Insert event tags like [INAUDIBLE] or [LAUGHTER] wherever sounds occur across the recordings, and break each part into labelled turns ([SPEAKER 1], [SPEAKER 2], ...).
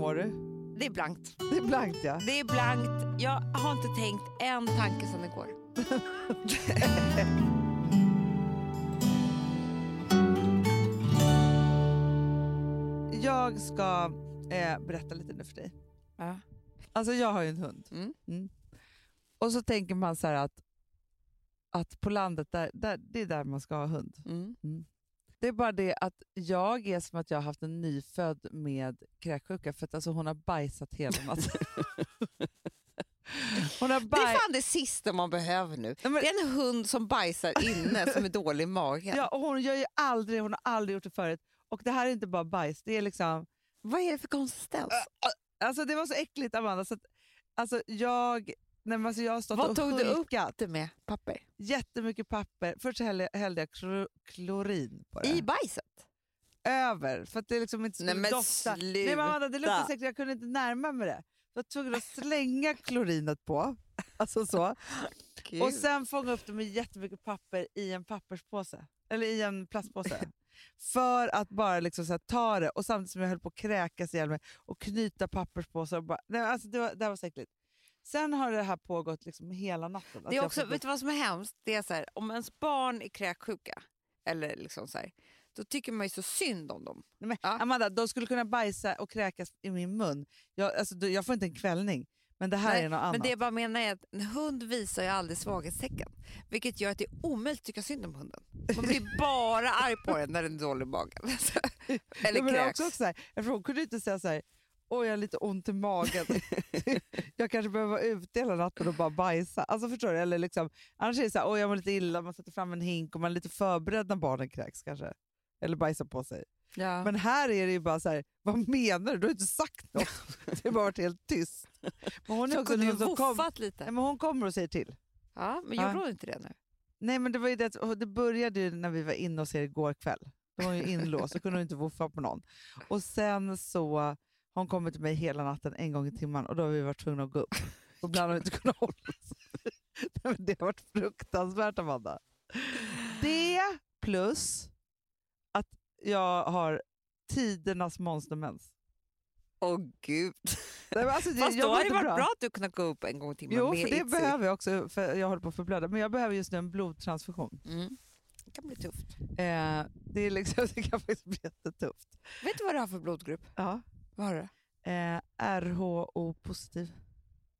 [SPEAKER 1] var det?
[SPEAKER 2] Det är blankt.
[SPEAKER 1] Det är blankt ja.
[SPEAKER 2] Det är blankt. Jag har inte tänkt en tanke sedan igår.
[SPEAKER 1] Jag ska eh, berätta lite nu för dig.
[SPEAKER 2] Ja.
[SPEAKER 1] Alltså jag har ju en hund.
[SPEAKER 2] Mm.
[SPEAKER 1] Och så tänker man så här att, att på landet, där, där, det är där man ska ha hund.
[SPEAKER 2] Mm.
[SPEAKER 1] Det är bara det att jag är som att jag har haft en nyfödd med kräksjuka för att alltså hon har bajsat hela natten.
[SPEAKER 2] [LAUGHS]
[SPEAKER 1] hon har
[SPEAKER 2] Det är
[SPEAKER 1] baj-
[SPEAKER 2] fan det sista man behöver nu.
[SPEAKER 1] Nej, men-
[SPEAKER 2] Det är en hund som bajsar inne som är dålig i magen.
[SPEAKER 1] ja, och hon gör ju aldrig, hon har aldrig gjort det förut. Och det här är inte bara bajs, det är liksom...
[SPEAKER 2] Vad är det för konsistens?
[SPEAKER 1] Alltså det var så äckligt Amanda, så att, alltså jag... Nej, men alltså jag har stått
[SPEAKER 2] Vad
[SPEAKER 1] och
[SPEAKER 2] tog du upp
[SPEAKER 1] hulkat
[SPEAKER 2] det med papper?
[SPEAKER 1] jättemycket papper. Först så hällde jag, hällde jag klo- klorin på det.
[SPEAKER 2] I bajset?
[SPEAKER 1] över för att det liksom inte skulle
[SPEAKER 2] Nej, men
[SPEAKER 1] dofta.
[SPEAKER 2] sluta.
[SPEAKER 1] Nej men Amanda, det luktade säkert, jag kunde inte närma mig det. Så jag var tvungen att slänga klorinet på. Alltså så. Och sen fånga upp det med jättemycket papper i en papperspåse. Eller i en plastpåse. För att bara liksom så här, ta det och samtidigt som jag höll på att kräkas ihjäl mig och knyta papperspåsar. Och bara, nej, alltså det, var, det här var så äckligt. Sen har det här pågått liksom hela natten. Att
[SPEAKER 2] Det är
[SPEAKER 1] jag
[SPEAKER 2] också,
[SPEAKER 1] fått-
[SPEAKER 2] vet du vad som är hemskt? Det är så här, om ens barn är kräksjuka, eller liksom så här, då tycker man ju så synd om dem.
[SPEAKER 1] Nej, men,
[SPEAKER 2] Ja.
[SPEAKER 1] Amanda, de skulle kunna bajsa och kräkas i min mun. Jag, alltså, du- jag får inte en kvällning, men det här
[SPEAKER 2] Nej,
[SPEAKER 1] är något annat.
[SPEAKER 2] Men det jag bara menar är att en hund visar ju aldrig svaghetstecken. Vilket gör att det är omöjligt att tycka synd om hunden. Man
[SPEAKER 1] [LAUGHS]
[SPEAKER 2] blir bara arg på den när den är dålig i magen.
[SPEAKER 1] Ja,
[SPEAKER 2] Eller
[SPEAKER 1] men det är
[SPEAKER 2] kräks.
[SPEAKER 1] också så här, eftersom hon kunde inte säga så här, åh jag har lite ont i
[SPEAKER 2] [LAUGHS]
[SPEAKER 1] magen, [LAUGHS] jag kanske behöver vara ute hela natten och bara bajsa. Alltså förstår du? Eller liksom, annars är det så här, åh jag mår lite illa, man sätter fram en hink och man är lite förberedd när barnen kräks kanske. Eller bajsar på sig.
[SPEAKER 2] Ja.
[SPEAKER 1] Men här är det ju bara så här, vad menar du? Du har inte sagt något.
[SPEAKER 2] [LAUGHS]
[SPEAKER 1] Det har bara varit helt tyst. Men hon, är
[SPEAKER 2] du
[SPEAKER 1] också
[SPEAKER 2] kunde ju
[SPEAKER 1] någon som kom,
[SPEAKER 2] voffat
[SPEAKER 1] nej,
[SPEAKER 2] lite.
[SPEAKER 1] men hon kommer och säger till.
[SPEAKER 2] Ja, men
[SPEAKER 1] Ja.
[SPEAKER 2] jag gjorde inte det nu.
[SPEAKER 1] Nej men det var ju det, att- och det började ju när vi var inne hos er igår kväll. Då var hon ju inlåst, så kunde hon inte woofa på någon. Och sen så har hon kommit till mig hela natten en gång i timmen och då har vi varit tvungna att gå upp. Och ibland har vi inte kunnat hålla oss. [LAUGHS] Nej, men det har varit fruktansvärt Amanda. Det plus att jag har tidernas monstermens.
[SPEAKER 2] Åh [LAUGHS] gud.
[SPEAKER 1] Nej, men Alltså,
[SPEAKER 2] Fast då
[SPEAKER 1] mår
[SPEAKER 2] hade det
[SPEAKER 1] inte
[SPEAKER 2] varit bra. att du kunde gå upp en gång i timmen
[SPEAKER 1] Jo,
[SPEAKER 2] med
[SPEAKER 1] för det
[SPEAKER 2] Itzy.
[SPEAKER 1] behöver jag också, för jag håller på att förblöda. Men jag behöver just nu en blodtransfusion.
[SPEAKER 2] Mm. Det kan bli tufft.
[SPEAKER 1] Eh, det, är liksom, [LAUGHS] det kan faktiskt bli jättetufft.
[SPEAKER 2] Vet du vad du har för blodgrupp?
[SPEAKER 1] Ja.
[SPEAKER 2] Vad har du?
[SPEAKER 1] Eh, RHO-positiv.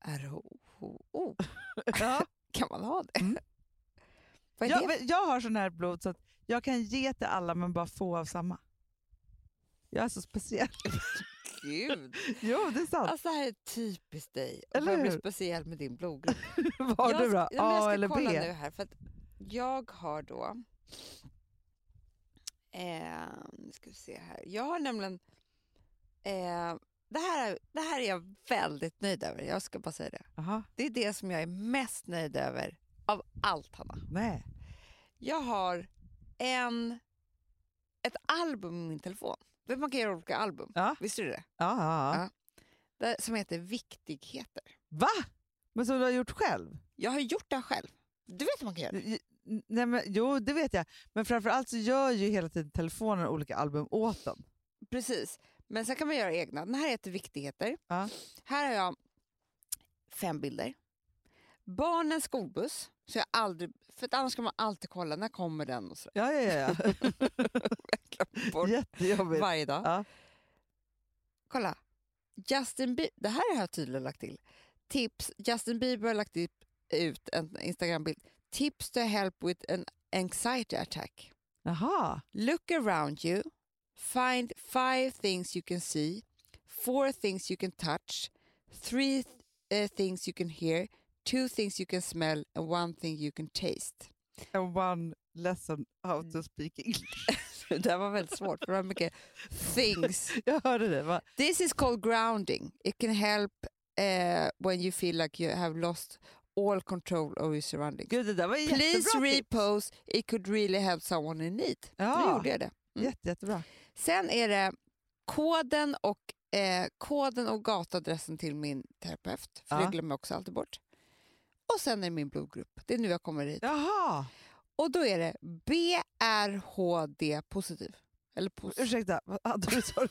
[SPEAKER 2] RHO.
[SPEAKER 1] Ja.
[SPEAKER 2] Kan man ha det?
[SPEAKER 1] Mm.
[SPEAKER 2] [LAUGHS] Vad är det?
[SPEAKER 1] [LAUGHS] Jag, men jag har sån här blod så att jag kan ge till alla men bara få av samma. Jag är så
[SPEAKER 2] [LAUGHS]
[SPEAKER 1] speciell.
[SPEAKER 2] Gud.
[SPEAKER 1] Jo, det är sant.
[SPEAKER 2] Alltså det här är typiskt dig.
[SPEAKER 1] Eller
[SPEAKER 2] Eller bli
[SPEAKER 1] hur?
[SPEAKER 2] speciell med
[SPEAKER 1] [LAUGHS]
[SPEAKER 2] din blodgrupp.
[SPEAKER 1] Var du då?
[SPEAKER 2] ska, ja, men jag
[SPEAKER 1] A
[SPEAKER 2] ska
[SPEAKER 1] eller
[SPEAKER 2] kolla
[SPEAKER 1] B?
[SPEAKER 2] nu här. För att jag har då... Eh, nu ska vi se här. Jag har nämligen... Eh, det, här, det här är jag väldigt nöjd över. Jag ska bara säga det.
[SPEAKER 1] Jaha,
[SPEAKER 2] Det är det som jag är mest nöjd över av allt, Hanna.
[SPEAKER 1] nej.
[SPEAKER 2] Jag har en, ett album i min telefon. Du vet, Man kan göra olika album.
[SPEAKER 1] Ja.
[SPEAKER 2] Visste du det?
[SPEAKER 1] Ja, ja, ja.
[SPEAKER 2] Ja. Där, som heter Viktigheter.
[SPEAKER 1] Va? Men som du har gjort själv?
[SPEAKER 2] Jag har gjort det här själv. Du vet hur man kan göra det?
[SPEAKER 1] J- Nej, men, jo, det vet jag. Men framförallt så gör ju hela tiden telefonen olika album åt den.
[SPEAKER 2] Precis. Men sen kan man göra egna. Den här heter Viktigheter.
[SPEAKER 1] Ja.
[SPEAKER 2] Här har jag fem bilder. Barnens skolbuss. Så jag aldrig, för att annars ska man alltid kolla när kommer den och så
[SPEAKER 1] Ja, ja,
[SPEAKER 2] [LAUGHS] glömmer
[SPEAKER 1] ja.
[SPEAKER 2] bort
[SPEAKER 1] [LAUGHS] Jättejobbigt.
[SPEAKER 2] varje dag.
[SPEAKER 1] Ja.
[SPEAKER 2] Kolla. Justin Bieber, det här har jag tydligen lagt till. Tips. Justin Bieber har lagt i- ut en Instagram-bild. Tips to help with an anxiety attack.
[SPEAKER 1] Jaha.
[SPEAKER 2] Look around you. Find five things you can see, four things you can touch, three eh, things you can hear, two things you can smell and one thing you can taste. [LAUGHS]
[SPEAKER 1] And one lesson how
[SPEAKER 2] Mm.
[SPEAKER 1] to speak English. [LAUGHS]
[SPEAKER 2] det här var väldigt svårt för det var mycket things.
[SPEAKER 1] Jag hörde det. Va?
[SPEAKER 2] This is called grounding. It can help eh, when you feel like you have lost all control over your surroundings.
[SPEAKER 1] Gud, det där var ju
[SPEAKER 2] Please
[SPEAKER 1] jättebra tips.
[SPEAKER 2] repose. It could really help someone in need. Då
[SPEAKER 1] Ja.
[SPEAKER 2] gjorde jag det. Mm.
[SPEAKER 1] Jätte, jättebra.
[SPEAKER 2] Sen är det koden och, eh, koden och gatadressen till min terapeut. För
[SPEAKER 1] Ja.
[SPEAKER 2] det glömmer jag också alltid bort. Och sen är det min blodgrupp. Det är nu jag kommer dit.
[SPEAKER 1] Jaha.
[SPEAKER 2] Och då är det BRHD positiv. Eller positiv.
[SPEAKER 1] Ursäkta, vad hade du sa du?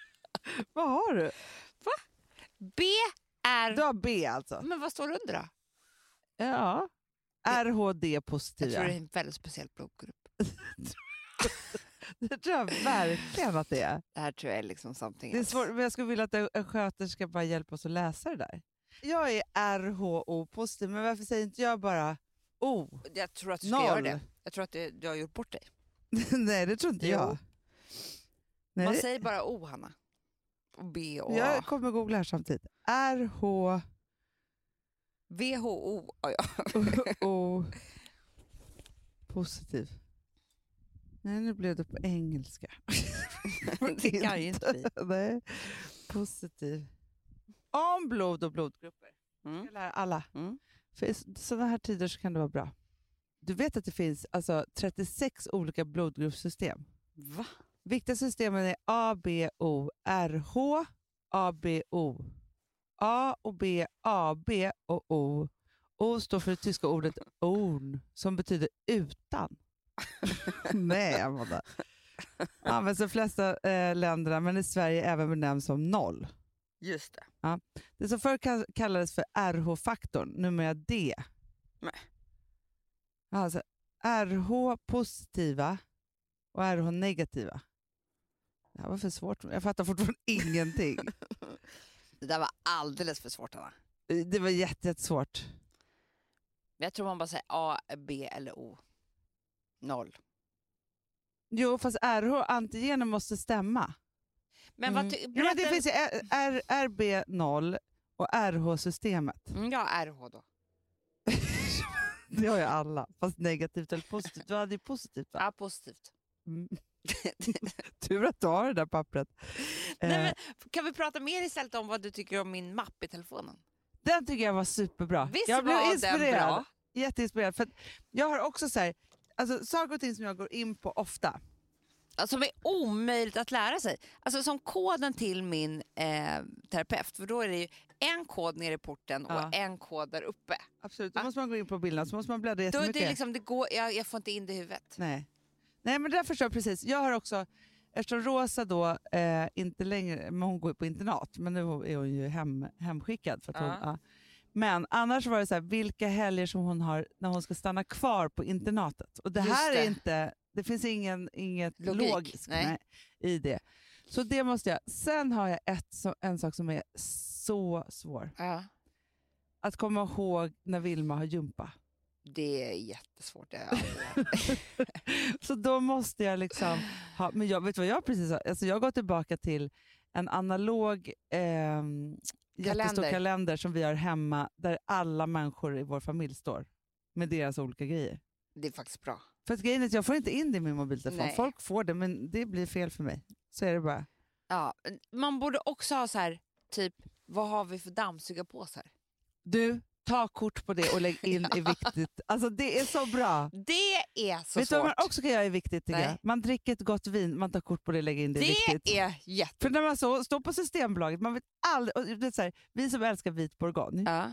[SPEAKER 1] [LAUGHS] Vad har du?
[SPEAKER 2] B är...
[SPEAKER 1] Du har B alltså?
[SPEAKER 2] Men vad står det under då?
[SPEAKER 1] Ja. RHD positiva.
[SPEAKER 2] Jag tror det är en väldigt speciell blodgrupp.
[SPEAKER 1] [LAUGHS] Det tror jag verkligen att det är.
[SPEAKER 2] Det här tror jag är liksom something
[SPEAKER 1] Det är
[SPEAKER 2] else.
[SPEAKER 1] svårt, men jag skulle vilja att en en sköterska bara hjälper oss att läsa det där. Jag är RHO positiv, men varför säger inte jag bara O?
[SPEAKER 2] Jag tror att du ska
[SPEAKER 1] Noll.
[SPEAKER 2] göra det. Jag tror att det, du har gjort bort dig.
[SPEAKER 1] [LAUGHS] Nej, det tror inte
[SPEAKER 2] Jo.
[SPEAKER 1] jag. Nej,
[SPEAKER 2] Man
[SPEAKER 1] det-
[SPEAKER 2] säger bara O, Hanna. Och B och A.
[SPEAKER 1] jag kommer googla här samtidigt. RH...
[SPEAKER 2] VHO. Ja,
[SPEAKER 1] [LAUGHS]
[SPEAKER 2] ja.
[SPEAKER 1] O positiv. Nej, nu blev det på engelska.
[SPEAKER 2] [LAUGHS] Det kan ju inte
[SPEAKER 1] [LAUGHS]
[SPEAKER 2] vi.
[SPEAKER 1] Nej, positiv. Om blod och blodgrupper. Jag
[SPEAKER 2] Mm.
[SPEAKER 1] ska lära alla.
[SPEAKER 2] Mm.
[SPEAKER 1] För i sådana här tider så kan det vara bra. Du vet att det finns alltså, 36 olika blodgruppssystem.
[SPEAKER 2] Va?
[SPEAKER 1] Viktigaste systemen är A, B, O, R, H, A, B, O. A och B, A, B och O. O står för det tyska ordet orn, som betyder utan. Nej, Amanda. Används i de flesta eh, länderna, men i Sverige även benämns som noll.
[SPEAKER 2] Just det.
[SPEAKER 1] Det som förr ka- kallades för RH-faktorn, numera D.
[SPEAKER 2] Nej.
[SPEAKER 1] Alltså RH-positiva och RH-negativa. Det här var för svårt. Jag fattar fortfarande [LAUGHS] ingenting.
[SPEAKER 2] Det där var alldeles för svårt, Hanna.
[SPEAKER 1] Det var jätte- jättesvårt.
[SPEAKER 2] Men jag tror man bara säger A, B eller O. Noll.
[SPEAKER 1] Jo, fast RH-antigenen måste stämma.
[SPEAKER 2] Men
[SPEAKER 1] Mm.
[SPEAKER 2] vad ty-
[SPEAKER 1] Jo, men det
[SPEAKER 2] berätta-
[SPEAKER 1] finns ju R- R- RB0 och RH-systemet.
[SPEAKER 2] Mm, Ja, RH då.
[SPEAKER 1] [LAUGHS] Det har ju alla, fast negativt eller positivt. Du hade ju positivt va?
[SPEAKER 2] Ja, positivt. [LAUGHS]
[SPEAKER 1] Mm. Tur att du har det där pappret.
[SPEAKER 2] Nej,
[SPEAKER 1] Eh,
[SPEAKER 2] men, kan vi prata mer istället om vad du tycker om min mapp i telefonen?
[SPEAKER 1] Den tycker jag var superbra.
[SPEAKER 2] Visst
[SPEAKER 1] jag blev
[SPEAKER 2] var
[SPEAKER 1] inspirerad.
[SPEAKER 2] den bra?
[SPEAKER 1] Jätteinspirerad. För att jag har också så här, alltså, saker och ting som jag går in på ofta.
[SPEAKER 2] Ja, Som är omöjligt att lära sig. Alltså som koden till min eh, terapeut. För då är det ju en kod nere i porten och
[SPEAKER 1] Ja.
[SPEAKER 2] en kod där uppe.
[SPEAKER 1] Absolut. Då
[SPEAKER 2] Va?
[SPEAKER 1] måste man gå in på bilderna så måste man bläddra
[SPEAKER 2] Ah. Då är
[SPEAKER 1] jättemycket.
[SPEAKER 2] det liksom, det går, jag, jag får inte in det i huvudet.
[SPEAKER 1] Nej. Nej, men det där förstår jag precis. Jag har också, eftersom Rosa då eh, inte längre, men hon går på internat, men nu är hon ju hem, hemskickad. För att hon,
[SPEAKER 2] Ja.
[SPEAKER 1] ja. Men annars var det så här, vilka helger som hon har när hon ska stanna kvar på internatet. Och det
[SPEAKER 2] Just
[SPEAKER 1] här är
[SPEAKER 2] det.
[SPEAKER 1] inte, det finns ingen, inget
[SPEAKER 2] Logik,
[SPEAKER 1] logiskt
[SPEAKER 2] nej.
[SPEAKER 1] nej, i det. Så det måste jag. Sen har jag ett, så- en sak som är så svår.
[SPEAKER 2] Ja.
[SPEAKER 1] Att komma ihåg när Vilma har jumpa.
[SPEAKER 2] Det är jättesvårt. Det har jag aldrig lärt mig.
[SPEAKER 1] Så då måste jag liksom... Ha, men jag, vet du vad jag precis har? Alltså jag går tillbaka till en analog ehm, jättestor
[SPEAKER 2] Kalender.
[SPEAKER 1] kalender som vi har hemma där alla människor i vår familj står med deras olika grejer.
[SPEAKER 2] det är faktiskt bra.
[SPEAKER 1] För att grejen är att jag får inte in det i min mobiltelefon.
[SPEAKER 2] Nej.
[SPEAKER 1] Folk får det, men det blir fel för mig. Så är det bara.
[SPEAKER 2] Ja. Man borde också ha så här, typ, vad har vi för dammsugarpåsar?
[SPEAKER 1] Du, ta kort på det och
[SPEAKER 2] [LAUGHS]
[SPEAKER 1] lägg in i viktigt. Alltså det är så bra.
[SPEAKER 2] Det är så
[SPEAKER 1] vet du
[SPEAKER 2] svårt.
[SPEAKER 1] vad man också kan göra är viktigt tycker
[SPEAKER 2] Nej.
[SPEAKER 1] jag? Man dricker ett gott vin, man tar kort på det och lägger in det, i viktigt.
[SPEAKER 2] det är jätte...
[SPEAKER 1] För när man så, står på Systembolaget, man vet aldrig, och det är så här, vi som älskar vit bourgogne,
[SPEAKER 2] Ja.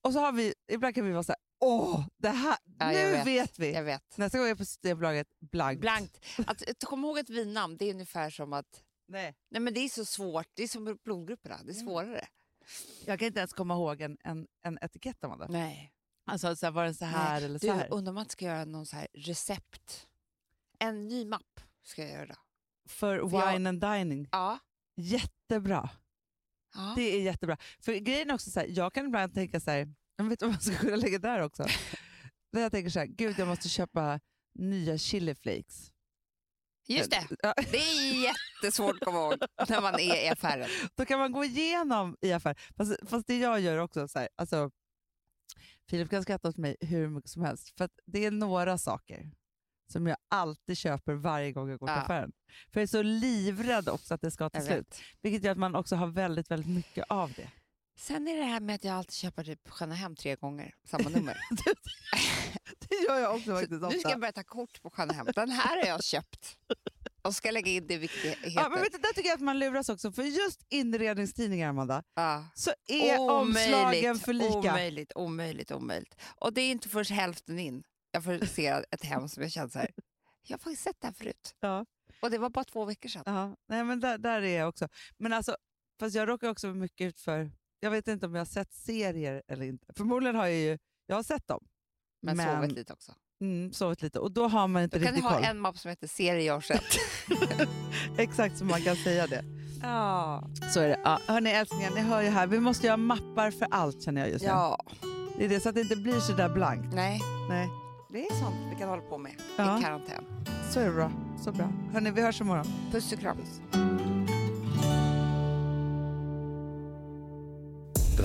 [SPEAKER 1] och så har vi, ibland kan vi vara så här, åh, det här,
[SPEAKER 2] Ja, jag
[SPEAKER 1] nu vet,
[SPEAKER 2] vet.
[SPEAKER 1] vi.
[SPEAKER 2] Jag vet.
[SPEAKER 1] Nästa gång jag är på Systembolaget, blankt.
[SPEAKER 2] Blankt. Att komma ihåg ett vinnamn, det är ungefär som att
[SPEAKER 1] Nej.
[SPEAKER 2] Nej men det är så svårt, det är som blodgrupperna, det är svårare.
[SPEAKER 1] Jag kan inte ens komma ihåg en, en, en etikett om det.
[SPEAKER 2] Nej.
[SPEAKER 1] Alltså, så här, var den så här eller så
[SPEAKER 2] Mm. Du,
[SPEAKER 1] här?
[SPEAKER 2] undrar om man inte ska göra någon så här recept. En ny mapp ska jag göra.
[SPEAKER 1] För
[SPEAKER 2] jag-
[SPEAKER 1] wine and dining,
[SPEAKER 2] Ja.
[SPEAKER 1] jättebra.
[SPEAKER 2] ja.
[SPEAKER 1] Det är jättebra. För grejen är också så här, jag kan ibland tänka så här, jag vet vad man ska kunna lägga där också.
[SPEAKER 2] [LAUGHS]
[SPEAKER 1] När jag tänker så här, gud jag måste köpa nya chili flakes.
[SPEAKER 2] Just det,
[SPEAKER 1] Ja,
[SPEAKER 2] det är jättesvårt att komma ihåg när man är i affären.
[SPEAKER 1] Då kan man gå igenom i affären. Fast, fast det jag gör också, så här, alltså, Filip kan skratta åt mig hur mycket som helst, för att det är några saker som jag alltid köper varje gång jag går till
[SPEAKER 2] Ja.
[SPEAKER 1] affären. För jag är så livrädd också att det ska ta
[SPEAKER 2] Jag
[SPEAKER 1] slut.
[SPEAKER 2] vet.
[SPEAKER 1] Vilket gör att man också har väldigt, väldigt mycket av det.
[SPEAKER 2] Sen är det här med att jag alltid köper typ Sköna Hem tre gånger, samma nummer.
[SPEAKER 1] [LAUGHS] Det gör jag också
[SPEAKER 2] Så
[SPEAKER 1] faktiskt
[SPEAKER 2] nu ska
[SPEAKER 1] ofta.
[SPEAKER 2] jag börja ta kort på Sköna Hem. Den här har jag köpt och ska lägga in det viktiga.
[SPEAKER 1] Ja, men vet du, där tycker jag att man luras också, för just inredningstidningar, Amanda,
[SPEAKER 2] Ja.
[SPEAKER 1] så är omslagen för lika.
[SPEAKER 2] Omöjligt, omöjligt, omöjligt. Och det är inte först hälften in jag får se ett hem som jag känner så här, jag har faktiskt sett det här förut.
[SPEAKER 1] Ja.
[SPEAKER 2] Och det var bara två veckor sedan.
[SPEAKER 1] Ja, nej, men där, där är jag också. Men alltså, fast jag råkar också mycket ut för... Jag vet inte om jag har sett serier eller inte. Förmodligen har jag ju... Jag har sett dem.
[SPEAKER 2] Men,
[SPEAKER 1] Men-
[SPEAKER 2] sovit lite också.
[SPEAKER 1] Mm, sovit lite. Och då har man inte
[SPEAKER 2] Då kan du
[SPEAKER 1] riktigt
[SPEAKER 2] ha
[SPEAKER 1] koll.
[SPEAKER 2] en mapp som heter serier jag har sett.
[SPEAKER 1] Exakt som man kan säga det.
[SPEAKER 2] [LAUGHS] ja.
[SPEAKER 1] Så är det. [LAUGHS] Ja, hörni älsklingar, ni hör ju här. Vi måste göra mappar för allt känner jag just nu.
[SPEAKER 2] ja.
[SPEAKER 1] Det är det, så att det inte blir så där blankt.
[SPEAKER 2] Nej,
[SPEAKER 1] Nej.
[SPEAKER 2] det är sånt vi kan hålla på med
[SPEAKER 1] Ja.
[SPEAKER 2] i karantän.
[SPEAKER 1] Så är det bra. Så bra. Hörni, vi hörs imorgon.
[SPEAKER 2] Puss och kram.
[SPEAKER 3] Den